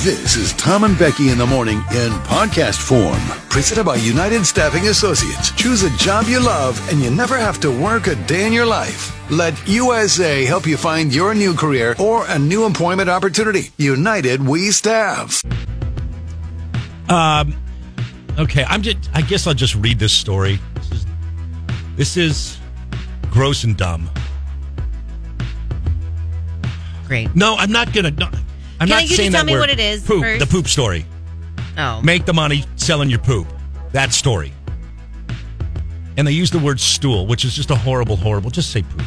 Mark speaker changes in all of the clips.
Speaker 1: This is Tom and Becky in the morning in podcast form, presented by United Staffing Associates. Choose a job you love and you never have to work a day in your life. Let USA help you find your new career or a new employment opportunity. United We Staff.
Speaker 2: Um, okay, I'm just. I guess I'll just read this story. This is, this is gross and dumb.
Speaker 3: Great.
Speaker 2: No, I'm not gonna. No, I'm
Speaker 3: Can
Speaker 2: not
Speaker 3: I- you just
Speaker 2: saying
Speaker 3: tell
Speaker 2: that
Speaker 3: me
Speaker 2: word.
Speaker 3: what it is
Speaker 2: Poop.
Speaker 3: first?
Speaker 2: The poop story.
Speaker 3: Oh.
Speaker 2: Make the money selling your poop. That story. And they use the word stool, which is just a horrible, horrible. Just say poop.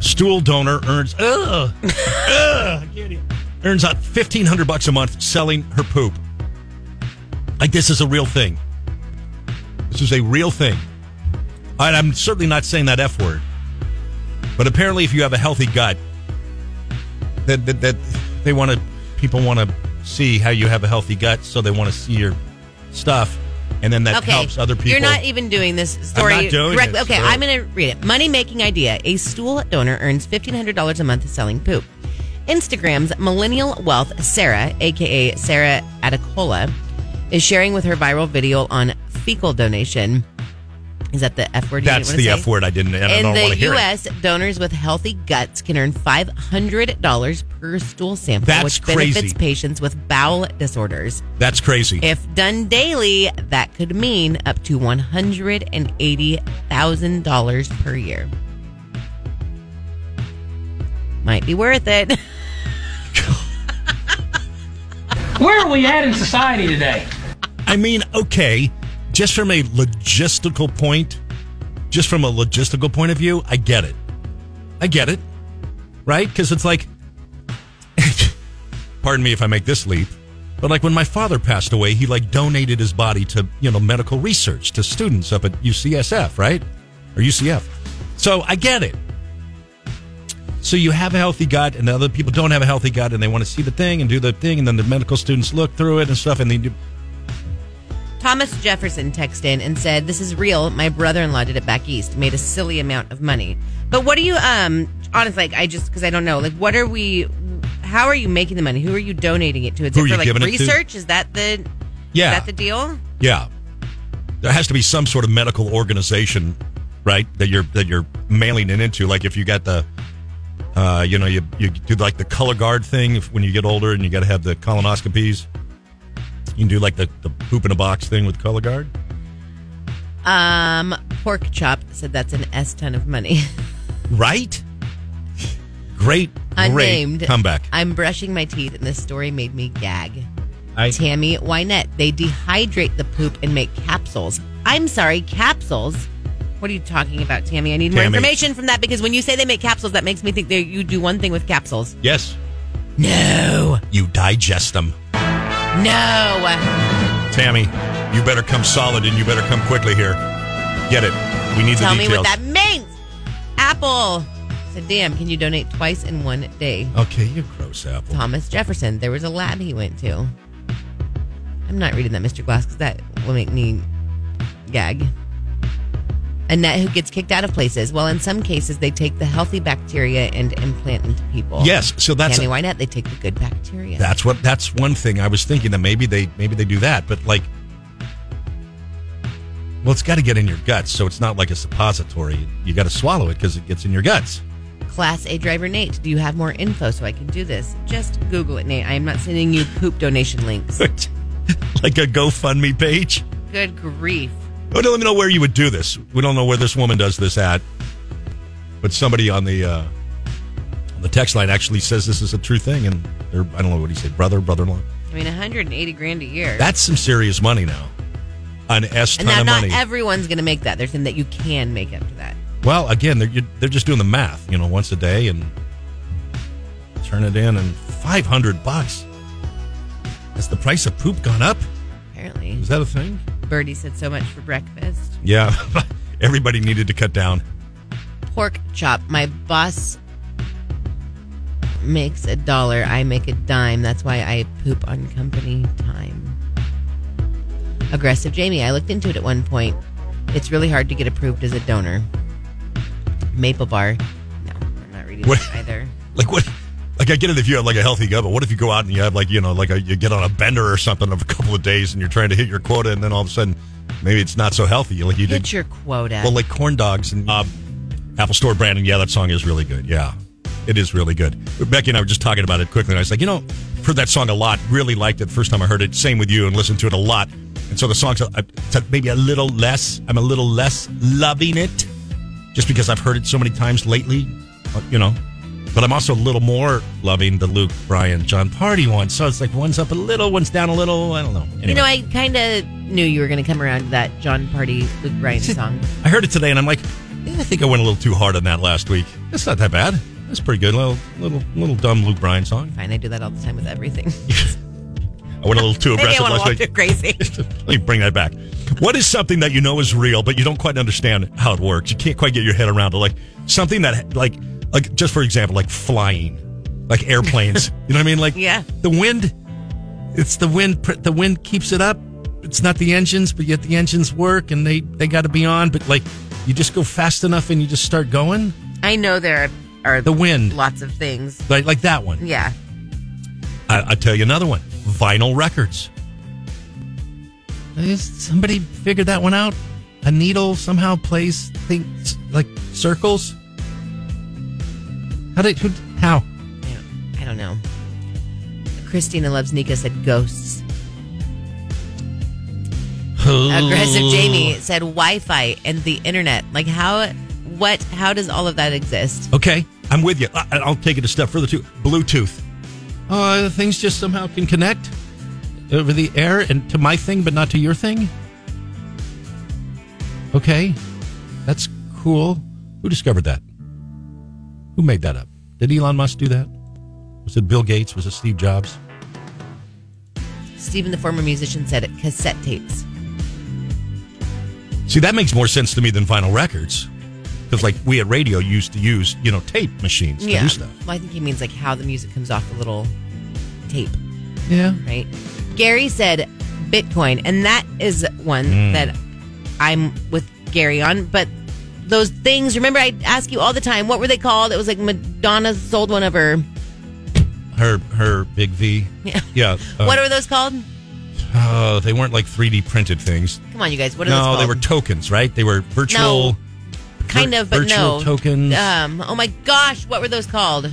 Speaker 2: Stool donor earns. Ugh. ugh. I can't even- Earns out fifteen hundred bucks a month selling her poop. Like this is a real thing. This is a real thing. All right, I'm certainly not saying that F word. But apparently, if you have a healthy gut, that that, that they want to, people want to see how you have a healthy gut, so they want to see your stuff, and then that
Speaker 3: okay.
Speaker 2: helps other people.
Speaker 3: You're not even doing this story
Speaker 2: not doing
Speaker 3: correctly.
Speaker 2: it,
Speaker 3: okay,
Speaker 2: so-
Speaker 3: I'm going to read it. Money making idea. A stool donor earns $1,500 a month selling poop. Instagram's millennial wealth, Sarah, aka Sarah Atacola, is sharing with her viral video on fecal donation. Is that the F word? you
Speaker 2: That's
Speaker 3: didn't
Speaker 2: the
Speaker 3: wanna
Speaker 2: F
Speaker 3: say?
Speaker 2: word. I didn't. And I
Speaker 3: In
Speaker 2: don't want
Speaker 3: the
Speaker 2: to hear it.
Speaker 3: U.S., donors with healthy guts can earn $500 per stool sample,
Speaker 2: That's
Speaker 3: which
Speaker 2: crazy.
Speaker 3: benefits patients with bowel disorders.
Speaker 2: That's crazy.
Speaker 3: If done daily, that could mean up to $180,000 per year. Might be worth it.
Speaker 4: Where are we at in society today?
Speaker 2: I mean, okay, just from a logistical point, just from a logistical point of view, I get it. I get it. Right? Because it's like, pardon me if I make this leap, but like when my father passed away, he like donated his body to, you know, medical research to students up at UCSF, right? Or UCF. So I get it. So you have a healthy gut, and other people don't have a healthy gut, and they want to see the thing and do the thing, and then the medical students look through it and stuff, and they do.
Speaker 3: Thomas Jefferson texted in and said, This is real. My brother in law did it back east, made a silly amount of money. But what do you, um, honestly, like, I just, because I don't know, like, what are we, how are you making the money? Who are you donating it to? Is
Speaker 2: Who are
Speaker 3: it for
Speaker 2: you
Speaker 3: like
Speaker 2: giving it to?
Speaker 3: research? Is that the,
Speaker 2: Yeah.
Speaker 3: is that the deal?
Speaker 2: Yeah. There has to be some sort of medical organization, right? That you're that you're mailing it into. Like if you got the uh, you know, you you do like the color guard thing if, when you get older and you gotta have the colonoscopies. You can do like the, the poop in a box thing with color guard.
Speaker 3: Um, Pork Chop said that's an S ton of money.
Speaker 2: Right? Great,
Speaker 3: Unnamed.
Speaker 2: great comeback.
Speaker 3: I'm brushing my teeth, and this story made me gag.
Speaker 2: I-
Speaker 3: Tammy Wynette. They dehydrate the poop and make capsules. I'm sorry, capsules. What are you talking about, Tammy? I need more
Speaker 2: Tammy.
Speaker 3: information from that because when you say they make capsules, that makes me think that you do one thing with capsules.
Speaker 2: Yes.
Speaker 3: No,
Speaker 2: You digest them.
Speaker 3: no.
Speaker 2: Tammy, you better come solid and you better come quickly here. Get it. We need
Speaker 3: Tell
Speaker 2: the
Speaker 3: me
Speaker 2: details.
Speaker 3: what that means. Apple said, "Damn, can you donate twice in one day?"
Speaker 2: Okay, you gross apple.
Speaker 3: Thomas Jefferson. There was a lab he went to. I'm not reading that, Mr. Glass, because that will make me gag. Annette, who gets kicked out of places. Well, in some cases, they take the healthy bacteria and implant into people.
Speaker 2: Yes, so that's
Speaker 3: Tammy Wynette, they take the good bacteria.
Speaker 2: That's what. That's one thing I was thinking that maybe they maybe they do that, but like, well, it's got to get in your guts, so it's not like a suppository. You got to swallow it because it gets in your guts.
Speaker 3: Class A driver Nate, do you have more info so I can do this? Just Google it, Nate. I am not sending you poop donation links.
Speaker 2: like a GoFundMe page.
Speaker 3: good grief.
Speaker 2: Oh, let me know where you would do this. We don't know where this woman does this at, but somebody on the uh, on the text line actually says this is a true thing, and their I don't know what he said, brother, brother-in-law.
Speaker 3: I mean, 180 grand a year.
Speaker 2: That's some serious money now. An S ton
Speaker 3: and now
Speaker 2: of
Speaker 3: not
Speaker 2: money.
Speaker 3: everyone's going to make that. There's something that you can make up to that.
Speaker 2: Well, again, they're you're- they're just doing the math, you know, once a day and turn it in, and five hundred bucks. Has the price of poop gone up?
Speaker 3: Apparently.
Speaker 2: Is that a thing?
Speaker 3: Birdie said so much for breakfast.
Speaker 2: Yeah, everybody needed to cut down.
Speaker 3: Pork chop. My boss makes a dollar. I make a dime. That's why I poop on company time. Aggressive Jamie. I looked into it at one point. It's really hard to get approved as a donor. Maple bar. No, we're not reading
Speaker 2: What-
Speaker 3: that either.
Speaker 2: Like what? Like I get it if you have like a healthy gut, but what if you go out and you have like you know like a, you get on a bender or something of a couple of days and you're trying to hit your quota and then all of a sudden maybe it's not so healthy like you did
Speaker 3: Hit your quota.
Speaker 2: well like corn dogs and uh, Apple Store Brandon yeah that song is really good yeah it is really good Becky and I were just talking about it quickly and I was like you know heard that song a lot really liked it first time I heard it same with you and listened to it a lot and so the song's uh, uh, maybe a little less I'm a little less loving it just because I've heard it so many times lately, uh, you know. But I'm also a little more loving the Luke, Brian, John Party one. So it's like one's up a little, one's down a little. I don't know. Anyway,
Speaker 3: You know, I kind of knew you were going to come around to that John Party Luke Bryan song.
Speaker 2: I heard it today and I'm like, yeah, I think I went a little too hard on that last week. That's not that bad. That's pretty good. Little, little, little dumb Luke Bryan song.
Speaker 3: Fine, I do that all the time with everything.
Speaker 2: I went a little too
Speaker 3: Maybe I
Speaker 2: aggressive
Speaker 3: want to
Speaker 2: last
Speaker 3: walk
Speaker 2: week.
Speaker 3: through crazy.
Speaker 2: Let me bring that back. What is something that you know is real, but you don't quite understand how it works? You can't quite get your head around it. Like something that, like, like just for example, like flying, like airplanes. you know what I mean? Like,
Speaker 3: Yeah.
Speaker 2: the wind. It's the wind. pr- The wind keeps it up. It's not the engines, but yet the engines work, and they they got to be on. But like, you just go fast enough, and you just start going.
Speaker 3: I know there are
Speaker 2: The wind,
Speaker 3: lots of things.
Speaker 2: like like that one.
Speaker 3: Yeah.
Speaker 2: I, I'll tell you another one vinyl records. Is somebody figured that one out? A needle somehow plays things like circles. How did who? How?
Speaker 3: Yeah, I don't know. Christina loves Nika said ghosts. Aggressive Jamie said Wi-Fi and the internet. Like how? What? How does all of that exist?
Speaker 2: Okay, I'm with you. I, I'll take it a step further too. Bluetooth. Uh, things just somehow can connect over the air and to my thing, but not to your thing. Okay, that's cool. Who discovered that? Who made that up? Did Elon Musk do that? Was it Bill Gates? Was it Steve Jobs?
Speaker 3: Stephen, the former musician, said cassette tapes.
Speaker 2: See, that makes more sense to me than vinyl records, because like we at radio used to use, you know, tape machines to do stuff.
Speaker 3: Well, I think he means like how the music comes off the little tape,
Speaker 2: Yeah.
Speaker 3: right? Gary said Bitcoin, and that is one
Speaker 2: Hmm.
Speaker 3: that I'm with Gary on. But those things, remember, I ask you all the time, what were they called? It was like Madonna sold one of her.
Speaker 2: Her her big V.
Speaker 3: Yeah.
Speaker 2: Yeah. uh,
Speaker 3: what were those called?
Speaker 2: Oh, they weren't like 3D printed things.
Speaker 3: Come on, you guys. What are those
Speaker 2: No,
Speaker 3: called?
Speaker 2: they were tokens, right? They were virtual.
Speaker 3: No, kind
Speaker 2: vir-
Speaker 3: of, but
Speaker 2: virtual
Speaker 3: no
Speaker 2: tokens.
Speaker 3: Um, oh my gosh, what were those called?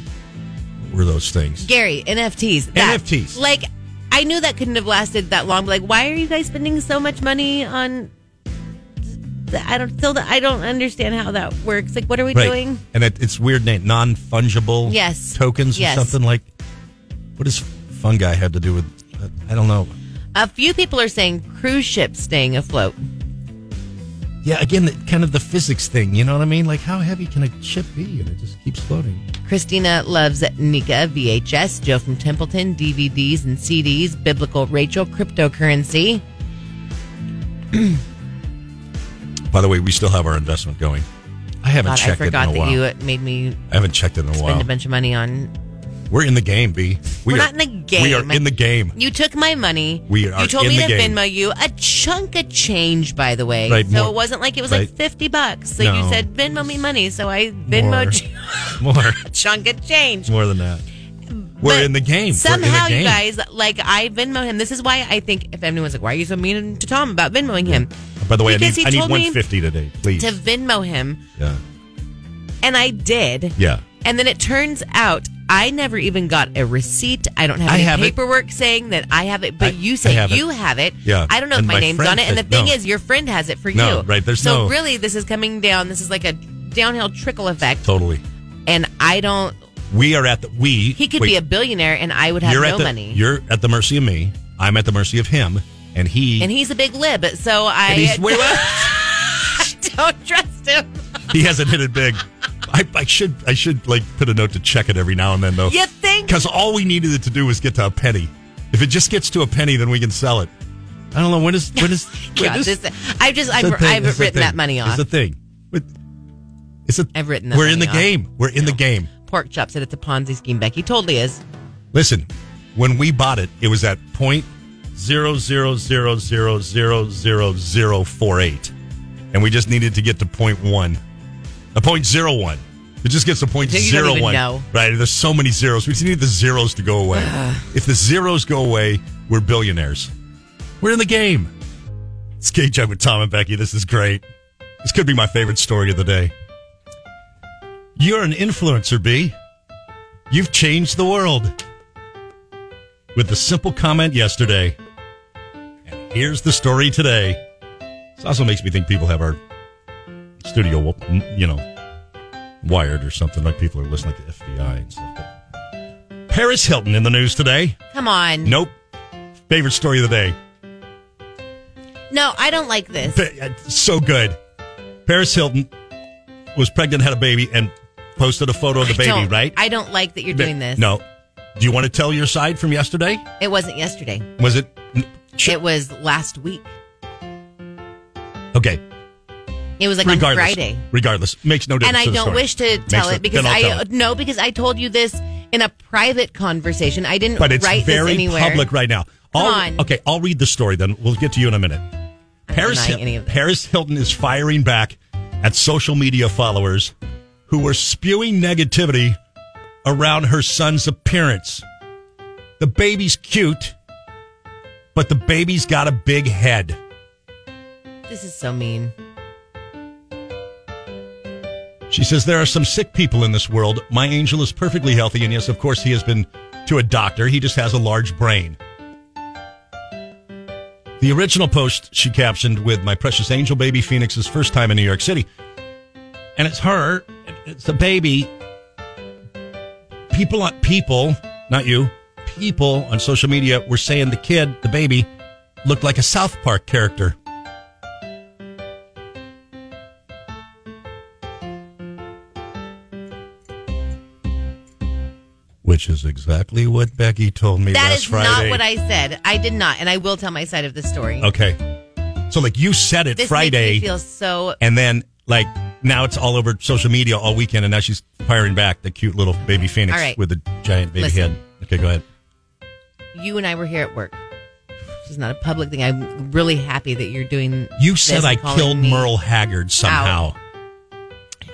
Speaker 2: were those things?
Speaker 3: Gary, NFTs. That,
Speaker 2: NFTs.
Speaker 3: Like, I knew that couldn't have lasted that long. But like, why are you guys spending so much money on? th- I don't still. I don't understand how that works. Like, what are we doing?
Speaker 2: And it, it's weird name, non fungible.
Speaker 3: Yes.
Speaker 2: Tokens
Speaker 3: Yes.
Speaker 2: or something like. What does fungi have to do with? Uh, I don't know.
Speaker 3: A few people are saying cruise ships staying afloat.
Speaker 2: Yeah, again, the, kind of the physics thing. You know what I mean? Like, how heavy can a chip be? And it just keeps floating.
Speaker 3: Christina loves Nika, VHS, Joe from Templeton, DVDs and CDs, Biblical Rachel, cryptocurrency.
Speaker 2: By the way, we still have our investment going. I haven't
Speaker 3: God, I
Speaker 2: checked
Speaker 3: forgot
Speaker 2: it in a
Speaker 3: that
Speaker 2: while.
Speaker 3: you made me
Speaker 2: I haven't checked it in a
Speaker 3: spend
Speaker 2: while.
Speaker 3: a bunch of money on
Speaker 2: We're in the game, B. We
Speaker 3: We're
Speaker 2: are-
Speaker 3: not in the game.
Speaker 2: We are in the game.
Speaker 3: You took my money.
Speaker 2: We are
Speaker 3: You told
Speaker 2: in
Speaker 3: me
Speaker 2: the
Speaker 3: to
Speaker 2: game.
Speaker 3: Venmo you a chunk of change, by the way.
Speaker 2: Right,
Speaker 3: so
Speaker 2: more-
Speaker 3: it wasn't like it was
Speaker 2: right.
Speaker 3: like fifty bucks. So
Speaker 2: No.
Speaker 3: you said Venmo me money, so I Venmoed you
Speaker 2: More.
Speaker 3: a chunk of change.
Speaker 2: It's more than that. We're
Speaker 3: But
Speaker 2: in the game. We're in the
Speaker 3: Somehow,
Speaker 2: game.
Speaker 3: you guys like I Venmo him. This is why I think if anyone's like, "Why are you so mean to Tom about Venmoing him?"
Speaker 2: By the way, I
Speaker 3: Because
Speaker 2: need,
Speaker 3: he
Speaker 2: I need
Speaker 3: told me
Speaker 2: 150 today, please.
Speaker 3: to Venmo him,
Speaker 2: yeah.
Speaker 3: and I did.
Speaker 2: Yeah.
Speaker 3: And then it turns out I never even got a receipt. I don't have
Speaker 2: I
Speaker 3: any
Speaker 2: have it.
Speaker 3: paperwork saying that I have it, but
Speaker 2: I-
Speaker 3: you
Speaker 2: I
Speaker 3: say
Speaker 2: have it.
Speaker 3: you have it.
Speaker 2: Yeah.
Speaker 3: I don't know
Speaker 2: And
Speaker 3: if my,
Speaker 2: my
Speaker 3: name's
Speaker 2: friend
Speaker 3: on it. And the
Speaker 2: said
Speaker 3: thing
Speaker 2: no.
Speaker 3: is, your friend has it for
Speaker 2: No,
Speaker 3: you.
Speaker 2: right, there's
Speaker 3: so
Speaker 2: no-
Speaker 3: really, this is coming down. This is like a downhill trickle effect.
Speaker 2: Totally.
Speaker 3: And I don't.
Speaker 2: We are at the we.
Speaker 3: He could
Speaker 2: wait,
Speaker 3: be a billionaire, and I would have
Speaker 2: you're
Speaker 3: no
Speaker 2: at the,
Speaker 3: money.
Speaker 2: You're at the mercy of me. I'm at the mercy of him, and he.
Speaker 3: and he's a big lib, so I
Speaker 2: and he's- wait, what?
Speaker 3: don't trust him.
Speaker 2: he hasn't hit it big. I, I should I should like put a note to check it every now and then though.
Speaker 3: You think?
Speaker 2: Because all we needed it to do was get to a penny. If it just gets to a penny, then we can sell it. I don't know when is when is
Speaker 3: God, this, I've just I've,
Speaker 2: It's a thing,
Speaker 3: I've
Speaker 2: it's a
Speaker 3: written
Speaker 2: thing,
Speaker 3: that money off.
Speaker 2: It's a thing. But It's a,
Speaker 3: I've written that
Speaker 2: We're in
Speaker 3: money
Speaker 2: the
Speaker 3: off.
Speaker 2: game. We're in the game.
Speaker 3: Pork chop said it's a Ponzi scheme. Becky totally is.
Speaker 2: Listen, when we bought it, it was at point zero zero zero zero zero zero zero four eight, and we just needed to get to point one, a point zero one, It just gets to point
Speaker 3: You don't
Speaker 2: zero
Speaker 3: even
Speaker 2: one.
Speaker 3: know.
Speaker 2: Right? There's so many zeros. We just need the zeros to go away. if the zeros go away, we're billionaires. We're in the game. It's KJ with Tom and Becky. This is great. This could be my favorite story of the day. You're an influencer, B. You've changed the world with the simple comment yesterday. And here's the story today. This also makes me think people have our studio, you know, wired or something. Like people are listening to FBI and stuff. But Paris Hilton in the news today.
Speaker 3: Come on.
Speaker 2: Nope. Favorite story of the day.
Speaker 3: No, I don't like this.
Speaker 2: Fa- uh, So good. Paris Hilton was pregnant, had a baby, and posted a photo of the
Speaker 3: I
Speaker 2: baby,
Speaker 3: don't-
Speaker 2: right?
Speaker 3: I don't like that you're doing this.
Speaker 2: No. Do you want to tell your side from yesterday?
Speaker 3: It wasn't yesterday.
Speaker 2: Was it?
Speaker 3: It was last week.
Speaker 2: Okay.
Speaker 3: It was like on
Speaker 2: regardless.
Speaker 3: Friday.
Speaker 2: Regardless. Makes no
Speaker 3: And
Speaker 2: difference.
Speaker 3: I
Speaker 2: to the
Speaker 3: don't
Speaker 2: story.
Speaker 3: wish to tell
Speaker 2: Makes
Speaker 3: it because
Speaker 2: then I'll
Speaker 3: I
Speaker 2: tell it.
Speaker 3: no because I told you this in a private conversation. I didn't
Speaker 2: but it's
Speaker 3: write this
Speaker 2: very
Speaker 3: anywhere.
Speaker 2: public right now.
Speaker 3: Come
Speaker 2: I'll-
Speaker 3: on.
Speaker 2: Okay, I'll read the story then. We'll get to you in a minute.
Speaker 3: I'm
Speaker 2: Paris,
Speaker 3: denying
Speaker 2: Hil-
Speaker 3: any of this.
Speaker 2: Paris Hilton is firing back at social media followers who were spewing negativity around her son's appearance. The baby's cute, but the baby's got a big head.
Speaker 3: This is so mean.
Speaker 2: She says, There are some sick people in this world. My angel is perfectly healthy. And yes, of course, he has been to a doctor. He just has a large brain. The original post she captioned with My Precious Angel Baby Phoenix's first time in New York City. And it's her, it's the baby. People on people, not you, people on social media were saying the kid, the baby, looked like a South Park character. Which is exactly what Becky told me
Speaker 3: That
Speaker 2: last
Speaker 3: is
Speaker 2: Friday.
Speaker 3: not what I said. I did not, and I will tell my side of the story.
Speaker 2: Okay. So like you said it
Speaker 3: This
Speaker 2: Friday,
Speaker 3: makes me feel so.
Speaker 2: and then like now it's all over social media all weekend, and now she's firing back the cute little baby phoenix
Speaker 3: All right.
Speaker 2: with the giant baby
Speaker 3: Listen.
Speaker 2: head. Okay, go ahead.
Speaker 3: You and I were here at work. This is not a public thing. I'm really happy that you're doing.
Speaker 2: You
Speaker 3: this
Speaker 2: said
Speaker 3: and
Speaker 2: I
Speaker 3: calling
Speaker 2: killed
Speaker 3: me.
Speaker 2: Merle Haggard somehow.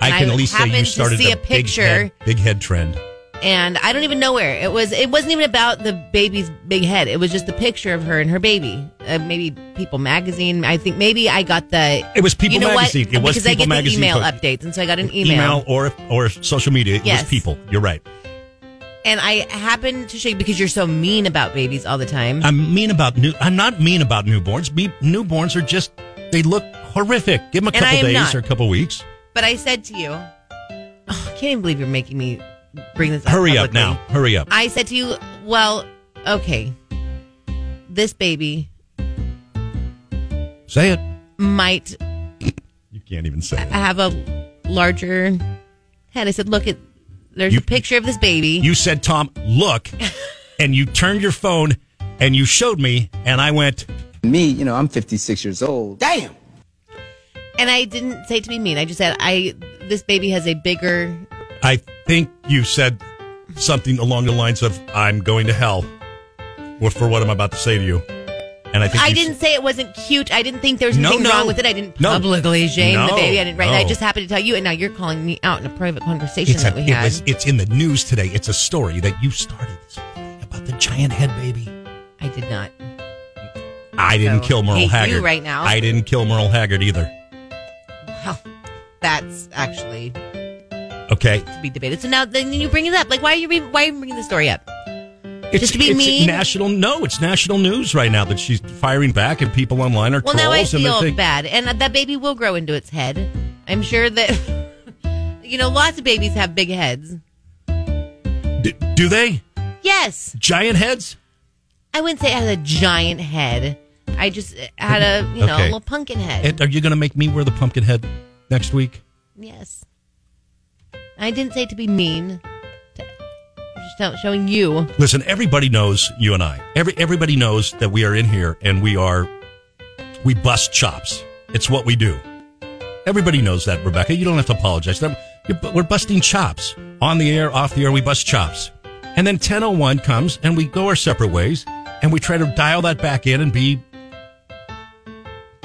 Speaker 2: I
Speaker 3: And
Speaker 2: can
Speaker 3: I
Speaker 2: at least say
Speaker 3: happened
Speaker 2: you
Speaker 3: to
Speaker 2: started
Speaker 3: see
Speaker 2: the
Speaker 3: a
Speaker 2: big head,
Speaker 3: picture.
Speaker 2: big head trend.
Speaker 3: and I don't even know where it was. It wasn't even about the baby's big head. It was just a picture of her and her baby. Uh, maybe People Magazine. I think maybe I got the.
Speaker 2: It was People
Speaker 3: you know
Speaker 2: Magazine.
Speaker 3: What?
Speaker 2: It was
Speaker 3: because I
Speaker 2: People
Speaker 3: get
Speaker 2: Magazine
Speaker 3: the email
Speaker 2: post.
Speaker 3: updates, and so I got an email,
Speaker 2: or or social media. It
Speaker 3: Yes.
Speaker 2: was people. You're right.
Speaker 3: and I happened to shake because you're so mean about babies all the time.
Speaker 2: I'm mean about new. I'm not mean about newborns. Me, newborns are just they look horrific. Give them a
Speaker 3: And I
Speaker 2: couple
Speaker 3: am
Speaker 2: days
Speaker 3: not.
Speaker 2: or a couple weeks.
Speaker 3: but I said to you, oh, I can't even believe you're making me bring this. up
Speaker 2: Hurry up
Speaker 3: publicly.
Speaker 2: now. Hurry up.
Speaker 3: I said to you, well, okay, this baby
Speaker 2: Say it.
Speaker 3: might
Speaker 2: You can't even say
Speaker 3: I
Speaker 2: it.
Speaker 3: have a larger head. I said, look at there's
Speaker 2: You-
Speaker 3: a picture of this baby.
Speaker 2: You said, Tom, look, and you turned your phone and you showed me, and I went,
Speaker 5: Me, you know, I'm 56 years old. Damn.
Speaker 3: and I didn't say it to be mean. I just said I this baby has a bigger
Speaker 2: I think you said something along the lines of, I'm going to hell Well, for what I'm about to say to you. And I think
Speaker 3: I
Speaker 2: you
Speaker 3: didn't
Speaker 2: s-
Speaker 3: say it wasn't cute. I didn't think there was
Speaker 2: No,
Speaker 3: anything
Speaker 2: no.
Speaker 3: wrong with it. I didn't
Speaker 2: No.
Speaker 3: publicly shame the
Speaker 2: No,
Speaker 3: baby. I didn't right. I
Speaker 2: no.
Speaker 3: just happened to tell you and now you're calling me out in a private conversation
Speaker 2: it's,
Speaker 3: that
Speaker 2: a,
Speaker 3: we
Speaker 2: it
Speaker 3: had.
Speaker 2: was, it's in the news today. It's a story that you started this thing about the giant head baby.
Speaker 3: I did not.
Speaker 2: I didn't
Speaker 3: So,
Speaker 2: kill Merle
Speaker 3: hate you
Speaker 2: Haggard.
Speaker 3: right now.
Speaker 2: I didn't kill Merle Haggard either.
Speaker 3: Well, that's actually to
Speaker 2: Okay.
Speaker 3: be debated. So now then you bring it up. Like why are you re- why are you bringing the story up?
Speaker 2: It's,
Speaker 3: Just to be
Speaker 2: it's
Speaker 3: mean?
Speaker 2: National, no, it's national news right now that she's firing back, and people online are
Speaker 3: Well,
Speaker 2: trolls.
Speaker 3: now I
Speaker 2: and they're
Speaker 3: feel
Speaker 2: thinking-
Speaker 3: bad, and that baby will grow into its head. I'm sure that you know lots of babies have big heads.
Speaker 2: D- do they?
Speaker 3: Yes,
Speaker 2: Giant heads?
Speaker 3: I wouldn't say it has a giant head. I just had a you know
Speaker 2: Okay.
Speaker 3: a little pumpkin head.
Speaker 2: And are you going to make me wear the pumpkin head next week?
Speaker 3: yes, I didn't say it to be mean. To- I'm just not showing you.
Speaker 2: Listen, everybody knows you and I. Every everybody knows that we are in here and we are we bust chops. It's what we do. Everybody knows that, Rebecca. You don't have to apologize. That- you're- We're busting chops on the air, off the air. We bust chops, and then 10:01 comes and we go our separate ways, and we try to dial that back in and be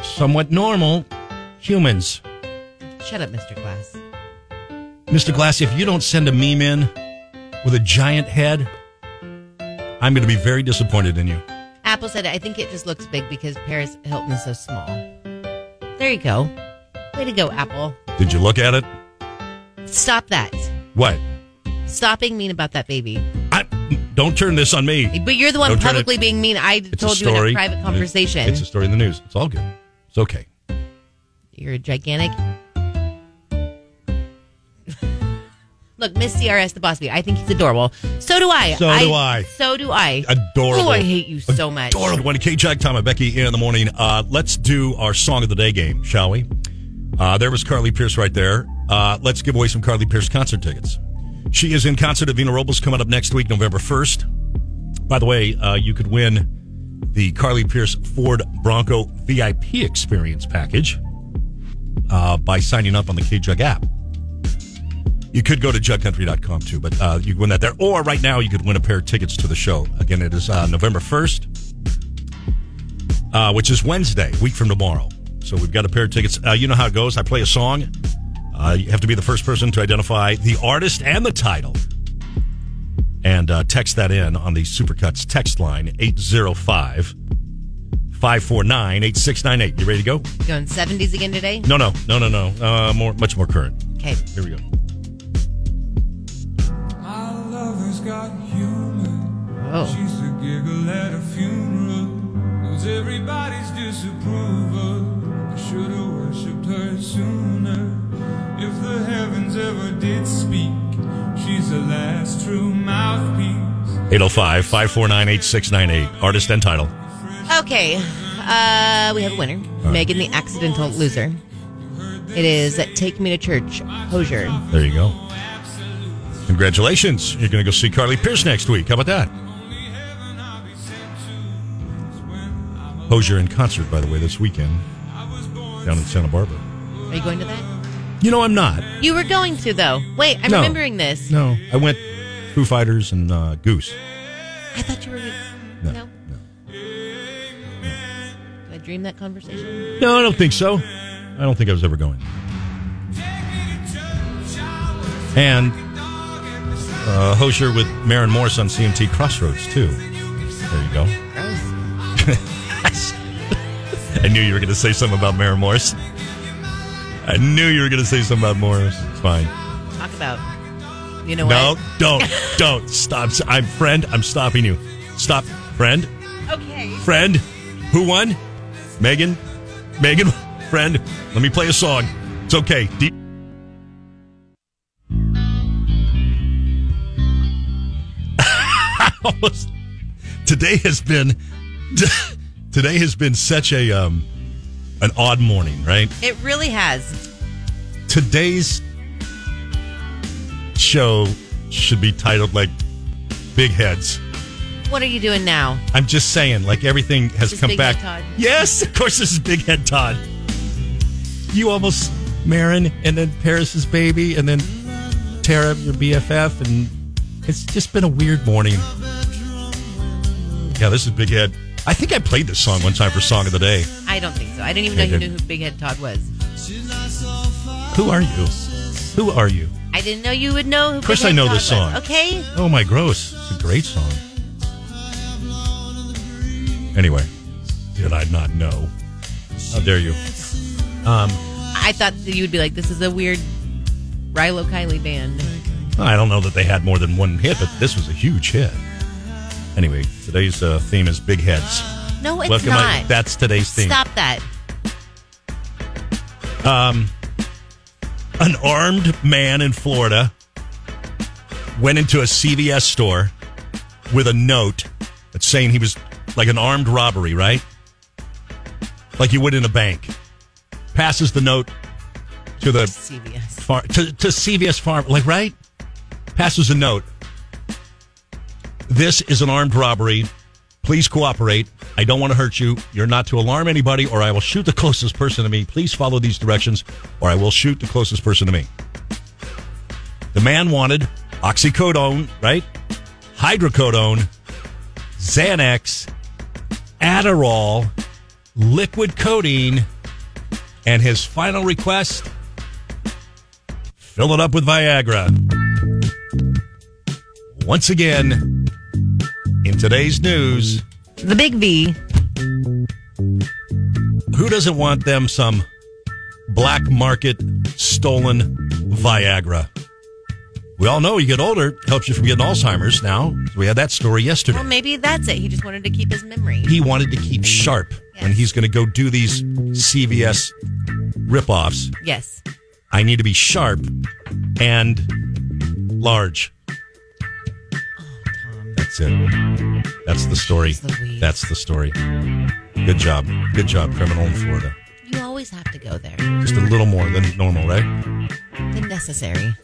Speaker 2: somewhat normal humans.
Speaker 3: Shut up, Mr. Glass.
Speaker 2: Mr. Glass, if you don't send a meme in with a giant head, I'm going to be very disappointed in you.
Speaker 3: Apple said, I think it just looks big because Paris Hilton is so small. There you go. Way to go, Apple.
Speaker 2: Did you look at it?
Speaker 3: Stop that.
Speaker 2: What?
Speaker 3: Stop being mean about that baby.
Speaker 2: I, don't turn this on me.
Speaker 3: But you're the one
Speaker 2: Don't try to-
Speaker 3: publicly being mean. I
Speaker 2: It's
Speaker 3: told
Speaker 2: a
Speaker 3: you in
Speaker 2: story.
Speaker 3: a private conversation.
Speaker 2: It's a story in the news. It's all good. It's okay.
Speaker 3: You're a gigantic. Look, Miss CRS, the boss bee. I think he's adorable. So do I.
Speaker 2: So do I.
Speaker 3: So do I.
Speaker 2: Adorable.
Speaker 3: Oh, I hate you so much.
Speaker 2: Adorable. When K Jack, Tom, and Becky in the morning. Uh, let's do our song of the day game, shall we? Uh, there was Carly Pierce right there. Uh, let's give away some Carly Pierce concert tickets. She is in concert at Vina Robles coming up next week, November 1st. By the way, uh, you could win the Carly Pierce Ford Bronco VIP experience package uh, by signing up on the K Jug app. You could go to jugcountry.com too, but uh, you can win that there. Or right now, you could win a pair of tickets to the show. Again, it is uh, November 1st, uh, which is Wednesday, week from tomorrow. So we've got a pair of tickets. Uh, you know how it goes. I play a song. Uh, you have to be the first person to identify the artist and the title. And uh, text that in on the Supercuts text line 805 549 8698. You ready to go?
Speaker 3: Going 70s again today?
Speaker 2: No, no, no, no, no. Uh, more, much more current.
Speaker 3: Okay.
Speaker 2: Here we go.
Speaker 6: My lover's got humor.
Speaker 3: Oh.
Speaker 6: She's a giggle at a funeral. Knows everybody's disapproval. I should've worshipped her sooner. If the heavens ever did speak, she's the last true mouthpiece.
Speaker 2: 805 549 8698. Artist and title.
Speaker 3: Okay. Uh, we have a winner Megan the Accidental Loser. It is Take Me to Church, Hosier.
Speaker 2: There you go. Congratulations. You're going to go see Carly Pierce next week. How about that? Hosier in concert, by the way, this weekend down in Santa Barbara.
Speaker 3: Are you going to that?
Speaker 2: You know, I'm not.
Speaker 3: You were going to, though. Wait, I'm
Speaker 2: No.
Speaker 3: remembering this.
Speaker 2: No, I went Foo Fighters and uh, Goose.
Speaker 3: I thought you were.
Speaker 2: No,
Speaker 3: No. no. Did I dream that conversation?
Speaker 2: No, I don't think so. I don't think I was ever going. And uh, Hosier with Marin Morris on CMT Crossroads, too. There you go.
Speaker 3: Gross.
Speaker 2: I knew you were going to say something about Mary Morris. I knew you were going to say something about Morris. It's fine.
Speaker 3: Talk about. You know
Speaker 2: No,
Speaker 3: what?
Speaker 2: don't, don't stop. I'm friend. I'm stopping you. Stop, friend,
Speaker 3: Okay.
Speaker 2: friend. Who won? Megan, Megan, friend. Let me play a song. It's okay. D- I almost- today has been today has been such a um an odd morning, right?
Speaker 3: It really has.
Speaker 2: today's show should be titled like Big Heads.
Speaker 3: What are you doing now?
Speaker 2: I'm just saying, like everything has
Speaker 3: This is
Speaker 2: come
Speaker 3: Big
Speaker 2: back.
Speaker 3: Head Todd.
Speaker 2: Yes, of course, this is Big Head Todd. You almost Marin, and then Paris's baby, and then Tara, your BFF, and it's just been a weird morning. Yeah, this is Big Head. I think I played this song one time for Song of the Day.
Speaker 3: I don't think so. I didn't even know
Speaker 2: Okay,
Speaker 3: you
Speaker 2: good.
Speaker 3: knew who Big Head Todd was.
Speaker 2: Who are you? Who are you?
Speaker 3: I didn't know you would know who Of
Speaker 2: course I know this song.
Speaker 3: Okay.
Speaker 2: Oh my gross. It's a great song. Anyway, did I not know? How dare you? Um,
Speaker 3: I thought that you would be like, this is a weird Rilo Kiley band.
Speaker 2: I don't know that they had more than one hit, but this was a huge hit. Anyway, today's uh, theme is big heads.
Speaker 3: No, it's
Speaker 2: Welcome,
Speaker 3: not.
Speaker 2: that's today's theme.
Speaker 3: Stop that.
Speaker 2: An armed man in Florida went into a CVS store with a note that's saying he was like an armed robbery, right? Like you would in a bank. Passes the note to the
Speaker 3: CBS.
Speaker 2: far, to, to CVS Farm, like right? Passes a note. This is an armed robbery. Please cooperate. I don't want to hurt you. You're not to alarm anybody, or I will shoot the closest person to me. Please follow these directions, or I will shoot the closest person to me. The man wanted oxycodone, right? Hydrocodone, Xanax, Adderall, liquid codeine, and his final request Fill it up with Viagra. Once again, in today's news,
Speaker 3: The big V.
Speaker 2: who doesn't want them some black market stolen Viagra? We all know you get older, helps you from getting Alzheimer's now. We had that story yesterday.
Speaker 3: Well, maybe that's it. He just wanted to keep his memory.
Speaker 2: he wanted to keep sharp when
Speaker 3: Yes.
Speaker 2: he's going to go do these CVS ripoffs.
Speaker 3: Yes.
Speaker 2: I need to be sharp and large. That's it. That's the story.
Speaker 3: Louise.
Speaker 2: That's the story. Good job. Good job, criminal in Florida.
Speaker 3: You always have to go there.
Speaker 2: Just a little more than normal, right?
Speaker 3: Than necessary.